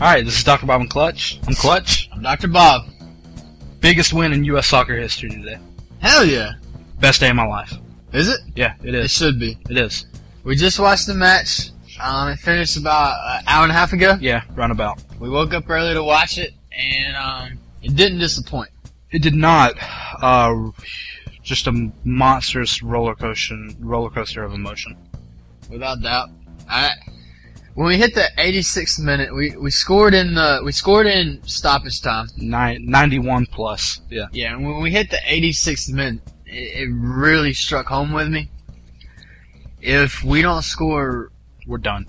Alright, this is Dr. Bob and Clutch. I'm Clutch. I'm Dr. Bob. Biggest win in U.S. soccer history today. Hell yeah. Best day of my life. Is it? Yeah, it It is. should be. It is. We just watched the match. Um, it finished about an hour and a half ago. Yeah, roundabout. We woke up early to watch it, and um, it didn't disappoint. It did not. Uh, just a monstrous roller coaster, roller coaster of emotion. without doubt. I when we hit the 86th minute, we, we scored in the we scored in stoppage time. Nine, 91 plus. Yeah. Yeah, and when we hit the 86th minute, it, it really struck home with me. If we don't score, We're done.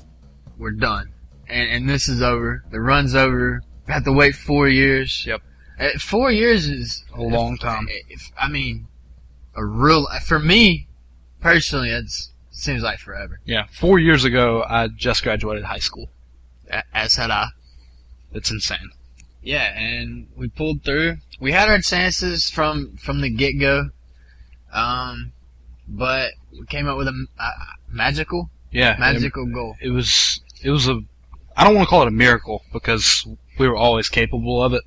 we're done, and and this is over. The run's over. We have to wait four years. Yep. Uh, four years is A eh, long time. If, I mean, a real for me personally, it seems like forever. Yeah. Four years ago, I just graduated high school. A- As had I. It's insane. Yeah, and we pulled through. We had our chances from from the get go, um, but we came up with a m- a- a magical Yeah. magical goal. It, it was, it was a, I don't want to call it a miracle because we were always capable of it.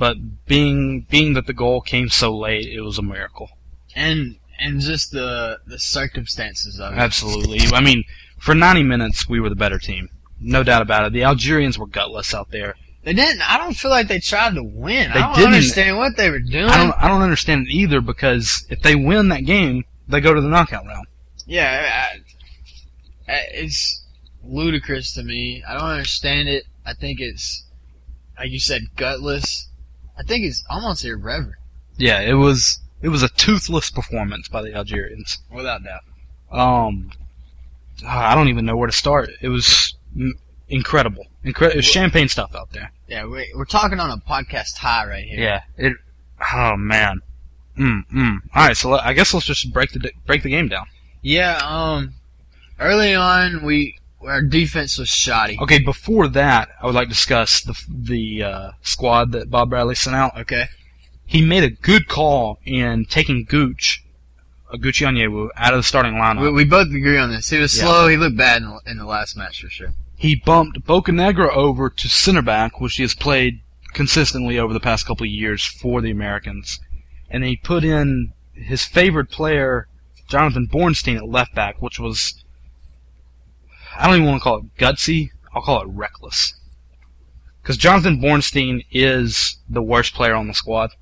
But being, being that the goal came so late, it was a miracle. And and just the the circumstances of it. Absolutely. I mean, for 90 minutes, we were the better team. No doubt about it. The Algerians were gutless out there. They didn't. I don't feel like they tried to win. They I don't didn't. understand what they were doing. I don't, I don't understand it either because if they win that game, they go to the knockout round. yeah, I, I, it's ludicrous to me. I don't understand it. I think it's like you said, gutless. I think it's almost irreverent. Yeah, it was, it was a toothless performance by the Algerians. Without doubt. Um, ah, I don't even know where to start. It was m- incredible. Incre- it was champagne stuff out there. Yeah, we, we're talking on a podcast high right here. Yeah. It, oh man. Mm, mm. All right, so let- I guess let's just break the break the game down. Yeah, um, early on, we, our defense was shoddy. Okay, before that, I would like to discuss the the uh, squad that Bob Bradley sent out. Okay. He made a good call in taking Gooch, Gucci Onyewu, out of the starting lineup. We, we both agree on this. He was Yeah. slow. He looked bad in the, in the last match for sure. He bumped Bocanegra over to center back, which he has played consistently over the past couple of years for the Americans. And he put in his favored player, Jonathan Bornstein, at left back, which was, I don't even want to call it gutsy, I'll call it reckless. Because Jonathan Bornstein is the worst player on the squad.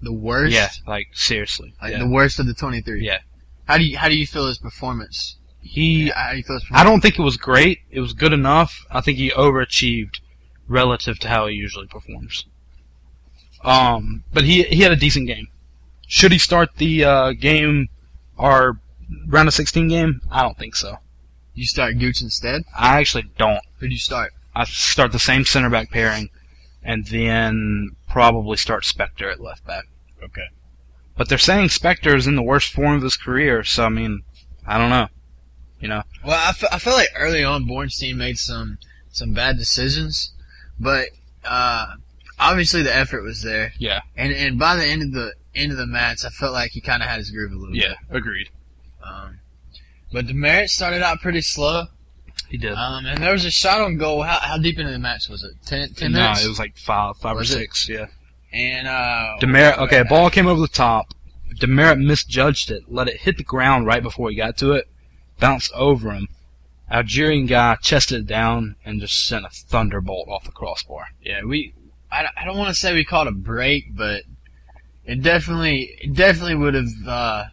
The worst. Yeah, like, seriously. Like Yeah. the worst of the 23. Yeah. How do you, how do you feel his performance? He, How do you feel his performance? I don't think it was great. It was good enough. I think he overachieved relative to how he usually performs. Um, but he he had a decent game. Should he start the uh, game, our round of 16 game? I don't think so. You start Gooch instead? I actually don't. Who do you start? I start the same center back pairing, and then probably start Spectre at left back. Okay. But they're saying Spectre is in the worst form of his career, so I mean, I don't know. Well, I fe- I feel like early on, Bornstein made some, some bad decisions, but, uh, obviously the effort was there. Yeah. And and by the end of the end of the match, I felt like he kind of had his groove a little bit. agreed. Um, but Demerit started out pretty slow. He did. Um, and there was a shot on goal. How, how deep into the match was it? Ten, ten no, minutes. it was like five, five Was or it? six. Yeah. and uh, Demerit. Okay, ball came over the top. Demerit misjudged it, let it hit the ground right before he got to it, bounced over him. Algerian guy chested it down and just sent a thunderbolt off the crossbar. Yeah, we. I, don't- I don't want to say we called a break, but it definitely it definitely would have uh,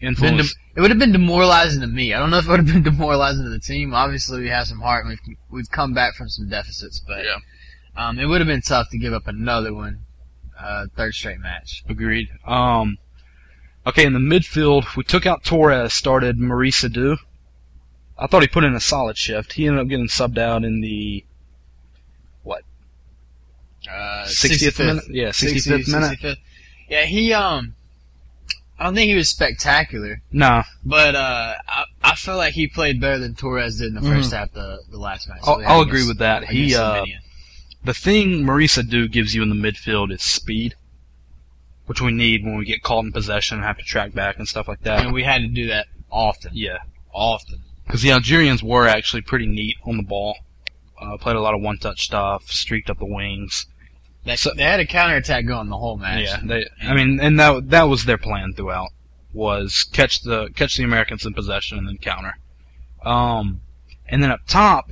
been de- Influence. it would have been demoralizing to me. I don't know if it would have been demoralizing to the team. Obviously, we have some heart and we've we've come back from some deficits, but Yeah. um, it would have been tough to give up another one, uh, third straight match. Agreed. Um, okay, in the midfield, we took out Torres, started Maurice Sadu. I thought he put in a solid shift. He ended up getting subbed out in the Uh, 60th, minute. Yeah, 65th 60th minute. 65th. Yeah, he um, I don't think he was spectacular, Nah, but uh, I, I feel like he played better than Torres did in the Mhm. first half the the last match. I'll, I'll agree with that. He uh, Slovenia. the thing Marisa do gives you in the midfield is speed, which we need when we get caught in possession and have to track back and stuff like that. and we had to do that often, Yeah, often. because the Algerians were actually pretty neat on the ball. uh, played a lot of one-touch stuff, streaked up the wings. They, So- they had a counterattack going the whole match. Yeah, they, I mean, and that that was their plan throughout was catch the catch the Americans in possession and then counter. Um, and then up top,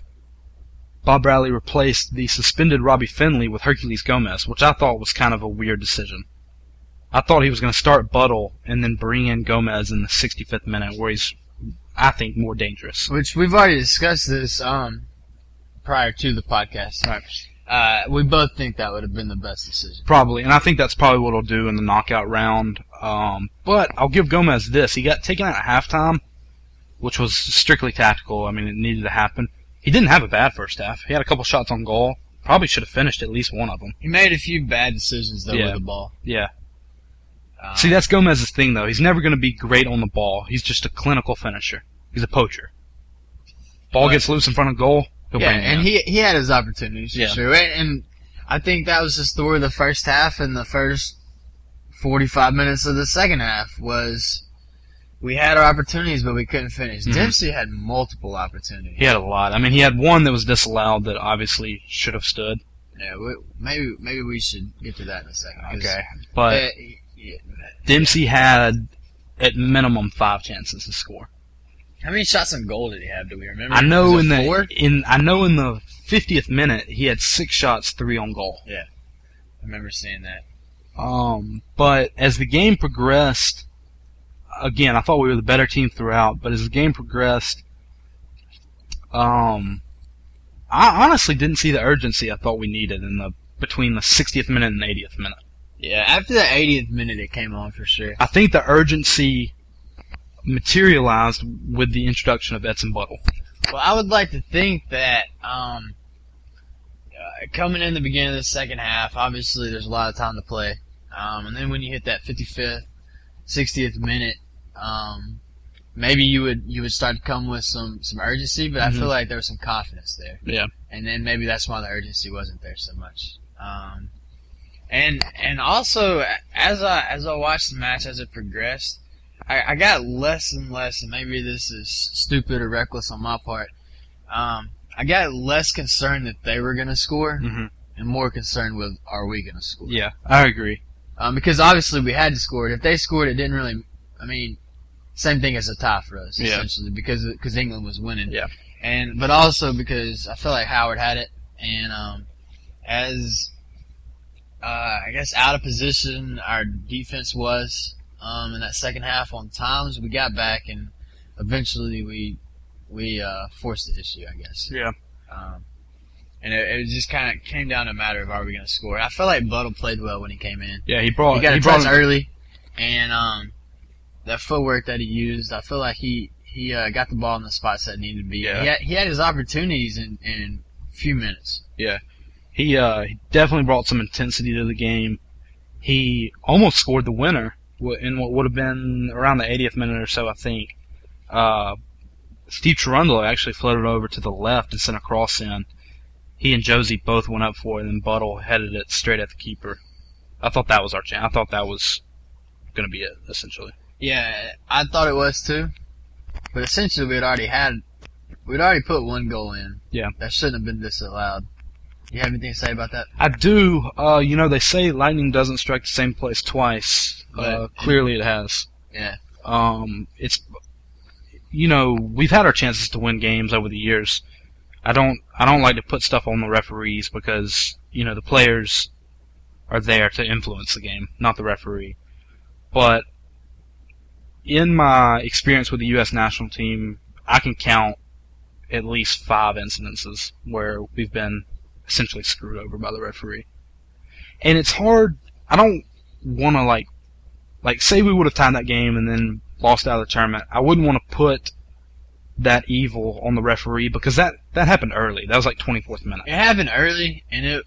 Bob Bradley replaced the suspended Robbie Finley with Hercules Gomez, which I thought was kind of a weird decision. I thought he was going to start Buttle and then bring in Gomez in the 65th minute, where he's, I think, more dangerous. Which we've already discussed this um prior to the podcast. Right. Uh, we both think that would have been the best decision. Probably, and I think that's probably what he'll do in the knockout round. Um, but I'll give Gomez this: he got taken out at halftime, which was strictly tactical. I mean, it needed to happen. He didn't have a bad first half. He had a couple shots on goal. Probably should have finished at least one of them. He made a few bad decisions though Yeah. with the ball. Yeah. Um, See, that's Gomez's thing, though. He's never going to be great on the ball. He's just a clinical finisher. He's a poacher. Ball But- gets loose in front of goal. He'll yeah, bring it and in. he he had his opportunities for Yeah. sure. And, and I think that was the story of the first half and the first forty five minutes of the second half was we had our opportunities but we couldn't finish. Mhm. Dempsey had multiple opportunities. he had a lot. I mean, he had one that was disallowed that obviously should have stood. Yeah, we, maybe maybe we should get to that in a second. 'cause, but. uh, yeah. Dempsey had at minimum five chances to score. How many shots on goal did he have? Do we remember? I know Was in it the four? in I know in the fiftieth minute he had six shots, three on goal. I remember seeing that. Um, but as the game progressed, again I thought we were the better team throughout. But as the game progressed, um, I honestly didn't see the urgency I thought we needed in the between the sixtieth minute and eightieth minute. Yeah, after the 80th minute, it came on for sure. I think the urgency materialized with the introduction of Edson Buttle. Well, I would like to think that um, uh, coming in the beginning of the second half, obviously there's a lot of time to play, um, and then when you hit that 55th, 60th minute, um, maybe you would you would start to come with some some urgency. But I Mhm. feel like there was some confidence there. Yeah. and then maybe that's why the urgency wasn't there so much. Um, and and also as I as I watched the match as it progressed, I, I got less and less, and maybe this is stupid or reckless on my part. Um, I got less concerned that they were gonna score, Mm-hmm. and more concerned with are we gonna score? Yeah, I agree. Um, because obviously we had to score. it. If they scored, it didn't really. I mean, same thing as a tie for us Yeah. essentially because because England was winning. Yeah. And but also because I feel like Howard had it, and um, as uh, I guess out of position our defense was um, in that second half on times we got back and eventually we we uh, forced the issue I guess. Yeah. Um, and it, it just kind of came down to a matter of are we going to score. I feel like Buttle played well when he came in. Yeah, he brought He got Oh, he a brought press early, and um, that footwork that he used, I feel like he he uh, got the ball in the spots that needed to be. Yeah. He, had, he had his opportunities in in few minutes. he uh he definitely brought some intensity to the game. He almost scored the winner wh- in what would have been around the 80th minute or so, I think. Uh, Steve Cherundolo actually floated over to the left and sent a cross in. He and Josie both went up for it, and then Buttle headed it straight at the keeper. I thought that was our chance. I thought that was going to be it, essentially. Yeah, I thought it was too, but essentially we had already had we'd already put one goal in. Yeah. that shouldn't have been disallowed. You have anything to say about that? I do. Uh, you know, they say lightning doesn't strike the same place twice. Uh, But- clearly, it has. Yeah, Um, it's you know we've had our chances to win games over the years. I don't I don't like to put stuff on the referees because you know the players are there to influence the game, not the referee. But in my experience with the U.S. national team, I can count at least five incidences where we've been essentially screwed over by the referee. And it's hard. I don't want to like like say we would have tied that game and then lost out of the tournament, I wouldn't want to put that evil on the referee because that that happened early. That was like 24th minute. it happened early, and it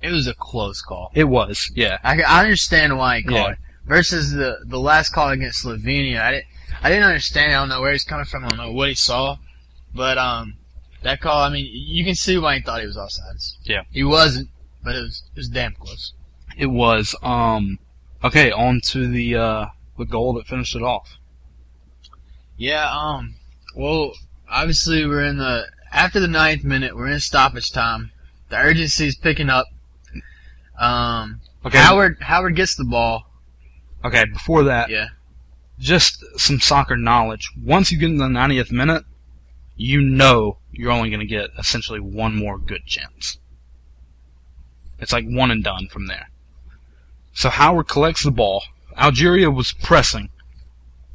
it was a close call. It was, yeah, I, I understand why he called Yeah. it. Versus the the last call against Slovenia, I didn't I didn't understand. I don't know where he's coming from. I don't know what he saw, but um, that call. I mean, you can see why he thought he was offsides. Yeah. he wasn't, but it was it was damn close. it was. Um, okay, on to the uh, the goal that finished it off. Yeah. Um. Well, obviously we're in the after the ninth minute, we're in stoppage time. The urgency is picking up. Um, Okay. Howard Howard gets the ball. Okay, before that, Yeah. just some soccer knowledge. Once you get in the 90th minute, you know you're only going to get essentially one more good chance. It's like one and done from there. So Howard collects the ball. Algeria was pressing.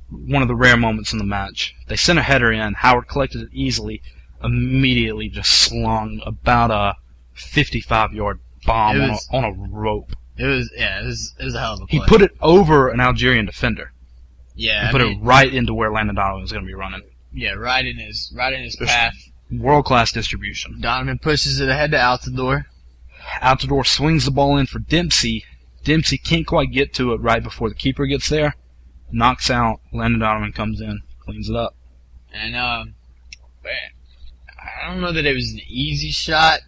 One of the rare moments in the match. They sent a header in. Howard collected it easily. Immediately just slung about a 55 yard bomb It on a, was- on a rope. It was yeah. It was it was a hell of a play. He put it over an Algerian defender. yeah. He I put mean, it right into where Landon Donovan was going to be running. yeah. Right in his right in his Just- path. World class distribution. Donovan pushes it ahead to Altador. Out the door swings the ball in for Dempsey. Dempsey can't quite get to it right before the keeper gets there. Knocks out. Landon Donovan comes in, cleans it up. And um, but I don't know that it was an easy shot.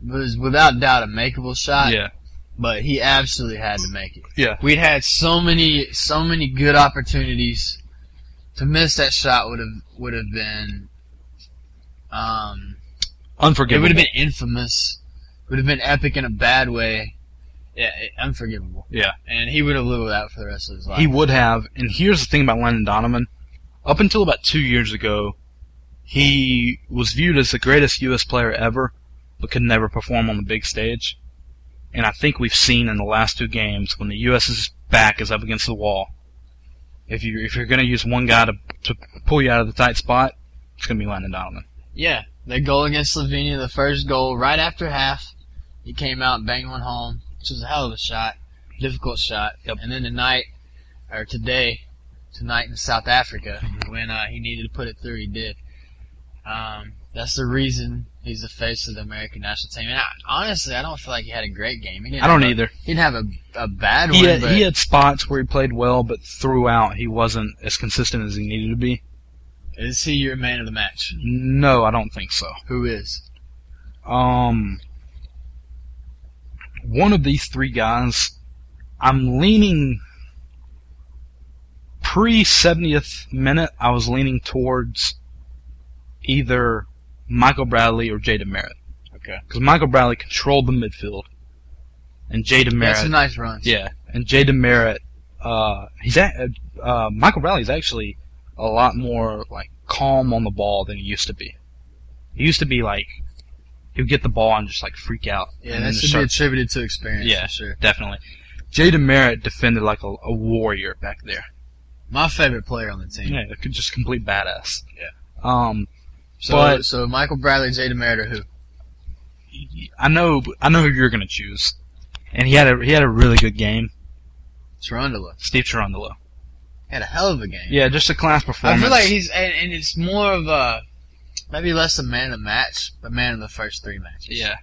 But it was without doubt a makeable shot. yeah. But he absolutely had to make it. Yeah. We'd had so many so many good opportunities. To miss that shot would have would have been um It Unforgivable. would have been infamous. Would have been epic in a bad way. Yeah, it- unforgivable. Yeah. And he would have lived with that for the rest of his life. He would have. And here's the thing about Landon Donovan. Up until about two years ago, he was viewed as the greatest U.S. player ever, but could never perform on the big stage. And I think we've seen in the last two games when the U.S.'s back is up against the wall. If you if you're going to use one guy to to pull you out of the tight spot, it's going to be Landon Donovan. yeah. Their goal against Slovenia, the first goal right after half, he came out and banged one home, which was a hell of a shot, difficult shot. Yep. And then tonight, or today, tonight in South Africa, when uh, he needed to put it through, he did. Um, that's the reason he's the face of the American national team. And I, honestly, I don't feel like he had a great game. He didn't I don't have a- either. He didn't have a, a bad He one, had, but he had spots where he played well, but throughout he wasn't as consistent as he needed to be. Is he your man of the match? No, I don't think so. Who is? Um, one of these three guys, I'm leaning pre 70th minute. I was leaning towards either Michael Bradley or Jaden Merritt Okay. because Michael Bradley controlled the midfield, and Jaden That's a Merritt, nice run. yeah, and Jaden Merritt, uh, he's at, uh, Michael Bradley's actually a lot more like calm on the ball than he used to be. He used to be like he would get the ball and just like freak out. Yeah, and that then should be start- attributed to experience. Yeah. for sure. definitely. Jaden Merritt defended like a, a warrior back there. My favorite player on the team. Yeah, could- just complete badass. Yeah. Um, So, But- so Michael Bradley, Jay Demerit, or who? I know, I know who you're gonna choose, and he had a he had a really good game. Tarundula. Steve Cherundolo. Had a hell of a game. Yeah, just a class I performance. feel like he's, and, and it's more of a, maybe less a man of the match, but man of the first three matches. yeah,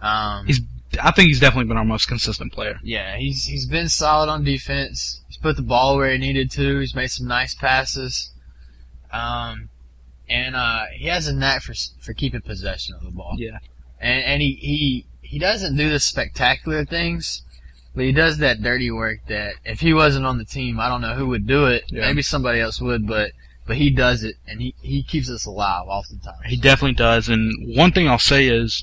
Um, He's- I think he's definitely been our most consistent player. yeah, he's, he's been solid on defense. He's put the ball where he needed to. He's made some nice passes. Um, and, uh, he has a knack for, s- for keeping possession of the ball. Yeah, and and he he he doesn't do the spectacular things, but he does that dirty work that if he wasn't on the team, I don't know who would do it. Yeah. Maybe somebody else would, but but he does it, and he he keeps us alive oftentimes. he definitely does. And one thing I'll say is,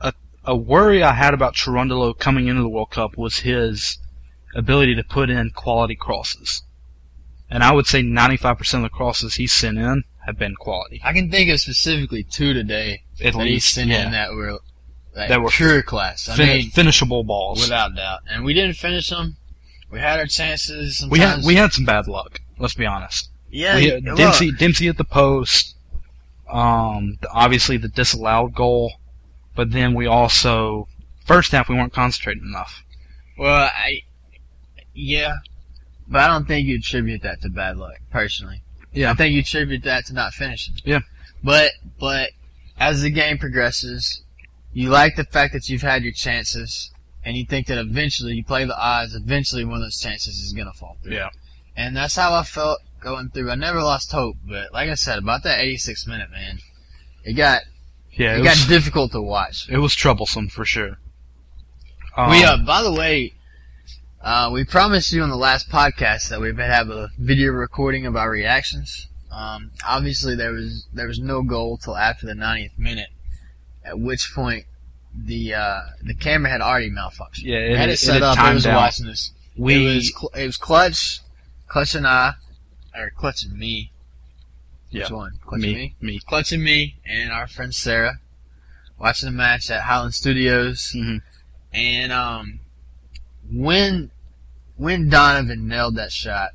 a a worry I had about Cherundolo coming into the World Cup was his ability to put in quality crosses, and I would say 95% of the crosses he sent in have been quality. I can think of specifically two today At that he least, sent yeah, in that were like That were pure class. I Fin- mean, finishable balls. without doubt, and we didn't finish them. We had our chances. we Sometimes. had we had some bad luck. Let's be honest. yeah. We you- had look, Dempsey Dempsey at the post. Um, the- obviously the disallowed goal, but then we also first half we weren't concentrating enough. Well, I yeah, but I don't think you attribute that to bad luck, personally. Yeah, I think you attribute that to not finishing. Yeah. But but as the game progresses, you like the fact that you've had your chances, and you think that eventually you play the odds. Eventually, one of those chances is gonna fall through. yeah, And that's how I felt going through. I never lost hope, but like I said, about that 86 minute man, it got yeah. it, It, got was, difficult to watch. it was troublesome for sure. Um, we uh, by the way. Uh, we promised you on the last podcast that we would have a video recording of our reactions. Um, obviously, there was there was no goal till after the 90th minute, at which point the uh, the camera had already malfunctioned. Yeah, It had it set up. It timed was out. watching this. We it was cl- it was Clutch, Clutch and I, or Clutch and me. Which Yeah. one? Clutch and me. me me. Clutch and me, and our friend Sarah, watching the match at Highland Studios. hmm And um, when when Donovan nailed that shot,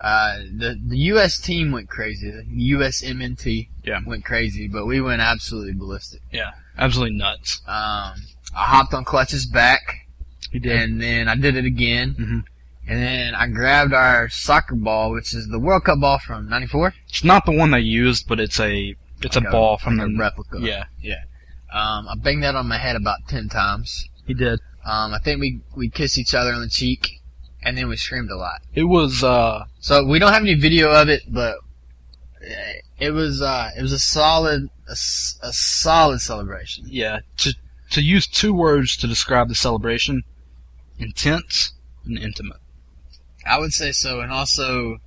uh, the the U.S. team went crazy. The U.S. MNT Yeah. went crazy, but we went absolutely ballistic. Absolutely nuts. Um, I hopped on Clutch's back, He and then I did it again, Mhm. and then I grabbed our soccer ball, which is the World Cup ball from '94. It's not the one they used, but it's a it's Like a ball from like a the replica. Yeah, Um, I banged that on my head about ten times. he did. Um, I think we we kissed each other on the cheek, and then we screamed a lot. It was uh So we don't have any video of it, but eh, it was uh, it was a solid a, s- a solid celebration. yeah to to use two words to describe the celebration: intense and intimate. I would say so, and also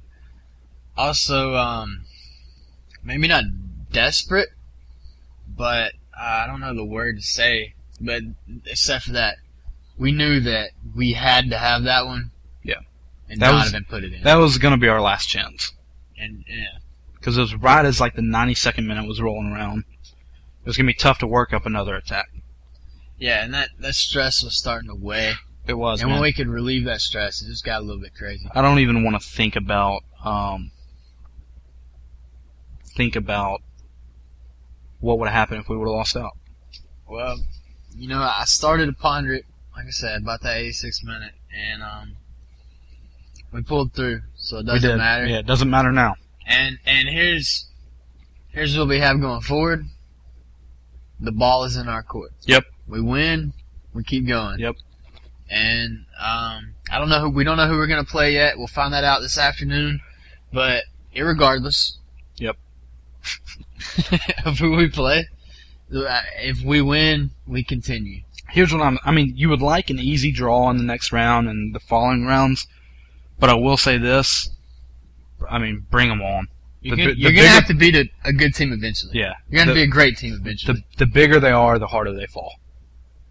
also um, maybe not desperate, but uh, I don't know the word to say. But except for that, we knew that we had to have that one. Yeah. and That was- Donovan put it in. That was gonna be our last chance and yeah, because it was right as like the 92nd minute was rolling around. It was gonna be tough to work up another attack. yeah, and that that stress was starting to weigh, It was. and man. when we could relieve that stress, it just got a little bit crazy. I don't even want to think about um, think about what would have happened if we would have lost out. Well, you know, I started to ponder it, like I said, about that 86 minute, and um, we pulled through, so it we doesn't did. matter. Yeah, it doesn't matter now. And and here's here's what we have going forward. The ball is in our court. Yep. We win. We keep going. Yep. And um, I don't know who we don't know who we're gonna play yet. We'll find that out this afternoon. But irregardless. Yep. of who we play, uh, if we win, we continue. Here's what I'm. I mean, you would like an easy draw in the next round and the following rounds, but I will say this. I mean, bring them on. You're, The gonna, bi- the you're gonna bigger- have to beat a, a good team eventually. Yeah. You're gonna The- be a great team eventually. The the bigger they are, the harder they fall.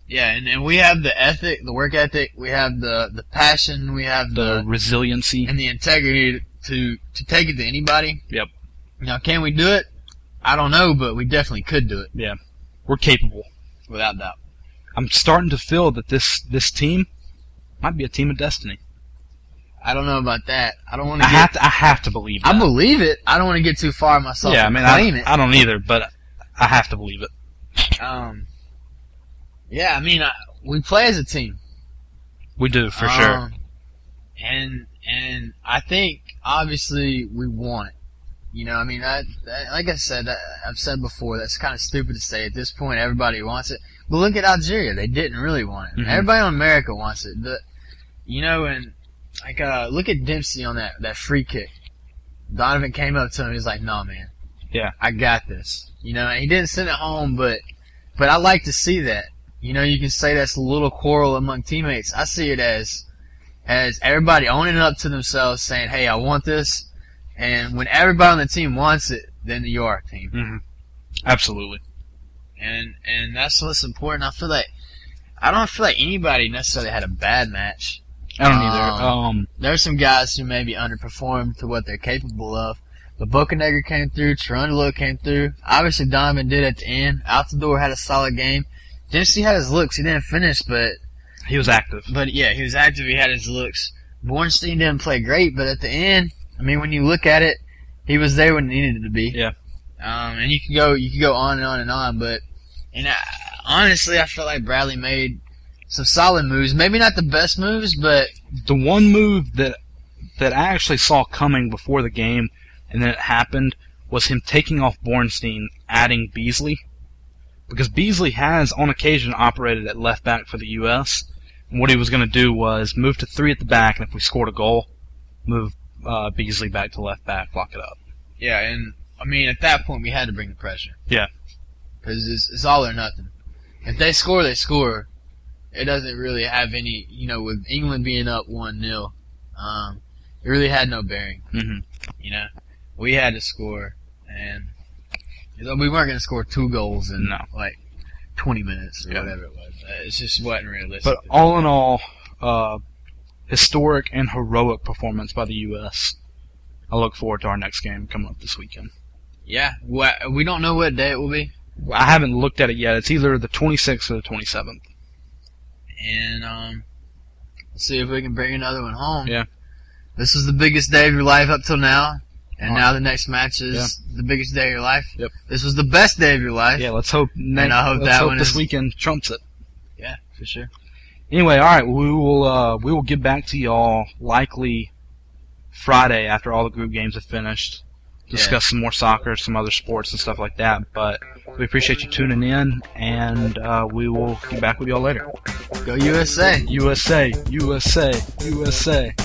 yeah, and, and we have the ethic, the work ethic, we have the, the passion, we have The the, resiliency. and the integrity to to take it to anybody. Yep. Now, can we do it? I don't know, but we definitely could do it We're capable. without doubt. I'm starting to feel that this this team might be a team of destiny. I don't know about that. I don't want I to have get. to. I have to believe. That. I believe it. I don't want to get too far myself. yeah, I and mean, claim I, I don't either, but I have to believe it. it. Um. Yeah, I mean, I, we play as a team. We do for sure. Um, And and I think obviously we want it. You know, I mean, I, I like I said, I, I've said before, that's kind of stupid to say at this point. Everybody wants it, but look at Algeria; they didn't really want it. Mhm. Everybody in America wants it. The, you know, and like uh, look at Dempsey on that that free kick. Donovan came up to him. He's like, "Nah, man. Yeah. I got this." You know, and he didn't send it home, but but I like to see that. You know, you can say that's a little quarrel among teammates. I see it as as everybody owning up to themselves, saying, "Hey, I want this," and when everybody on the team wants it, then you're our team hmm Absolutely. and and that's what's important. I feel like I don't feel like anybody necessarily had a bad match. I don't either. Um, Um, There are some guys who maybe underperformed to what they're capable of, but Bocanegra came through, Tarundolo came through. Obviously, Donovan did at the end. Altador had a solid game. Dempsey had his looks. He didn't finish, but he was active. but yeah, he was active. He had his looks. Bornstein didn't play great, but at the end, I mean, when you look at it, he was there when he needed to be. Yeah. Um, and you can go, you can go on and on and on, but and I, honestly, I feel like Bradley made some solid moves. Maybe not the best moves, but The one move that that I actually saw coming before the game, and then it happened, was him taking off Bornstein, adding Beasley, because Beasley has on occasion operated at left back for the U.S. And what he was going to do was move to three at the back, and if we scored a goal, move uh, Beasley back to left back, lock it up. yeah, and I mean, at that point, we had to bring the pressure. Yeah. because it's, it's all or nothing. If they score, they score. It doesn't really have any, you know, with England being up one 0 um, it really had no bearing. hmm you know. we had to score, and we weren't going to score two goals in No. like 20 minutes or Yeah. whatever it was. Uh, It just wasn't realistic. But all in all, uh, historic and heroic performance by the U.S. I look forward to our next game coming up this weekend. yeah, wha- we don't know what day it will be, I haven't looked at it yet. It's either the 26th or the 27th. and um, let's see if we can bring another one home. Yeah. This was the biggest day of your life up till now, and Oh. now the next match is the biggest day of your life. Yep. This was the best day of your life. Yeah, let's hope. Ne- I hope let's that hope one this is- weekend trumps it. Yeah, for sure. Anyway, all right, we will uh, we will get back to y'all likely Friday after all the group games have finished. Discuss some more soccer, some other sports, and stuff like that. But we appreciate you tuning in, and uh, we will get back with y'all later. Go USA. USA, USA, USA.